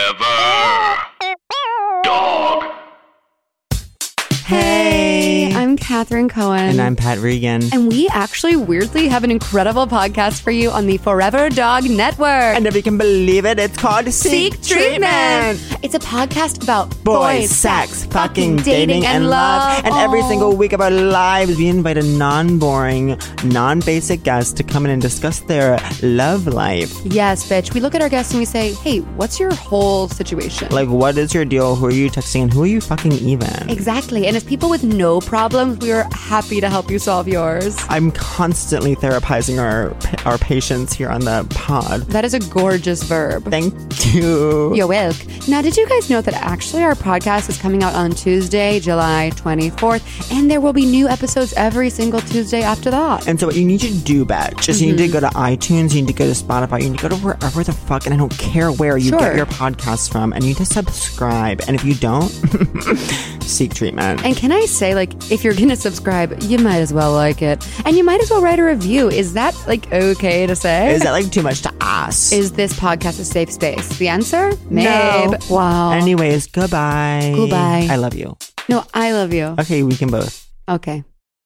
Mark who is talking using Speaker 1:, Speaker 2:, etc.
Speaker 1: Forever. Dog.
Speaker 2: Hey,
Speaker 3: I'm Katherine Cohen.
Speaker 2: And I'm Pat Regan.
Speaker 3: And we actually weirdly have an incredible podcast for you on the Forever Dog Network.
Speaker 2: And if you can believe it, it's called Seek, Treatment.
Speaker 3: It's a podcast about
Speaker 2: Boys, sex, fucking, dating, and love. And every
Speaker 3: Oh.
Speaker 2: single week of our lives, we invite a non boring, non basic guest to come in and discuss their love life.
Speaker 3: Yes, bitch. We look at our guests and we say, hey, what's your whole situation?
Speaker 2: Like, what is your deal? Who are you texting? And who are you fucking even?
Speaker 3: exactly. And as people with no problems, we are happy to help you solve yours.
Speaker 2: I'm constantly therapizing our our patients here on the pod.
Speaker 3: That is a gorgeous verb.
Speaker 2: Thank you.
Speaker 3: Yo, Wilk. Now, did you guys know that actually our podcast is coming out on Tuesday, July 24th, and there will be new episodes every single Tuesday after that?
Speaker 2: And so what you need to do, bitch, is you need
Speaker 3: Mm-hmm.
Speaker 2: to go to iTunes, you need to go to Spotify, you need to go to wherever the fuck, and I don't care where you
Speaker 3: Sure.
Speaker 2: get your podcast from, and you need to subscribe. And if you don't, seek treatment.
Speaker 3: And can I say, like, if you're gonna subscribe, you might as well like it. And you might as well write a review. Is that, like, okay to say?
Speaker 2: Is that like too much to ask?
Speaker 3: Is this podcast a safe space? The answer? Maybe.
Speaker 2: No.
Speaker 3: Wow.
Speaker 2: Anyways, goodbye.
Speaker 3: Goodbye.
Speaker 2: I love you.
Speaker 3: no, I love you.
Speaker 2: Okay, we can both.
Speaker 3: Okay.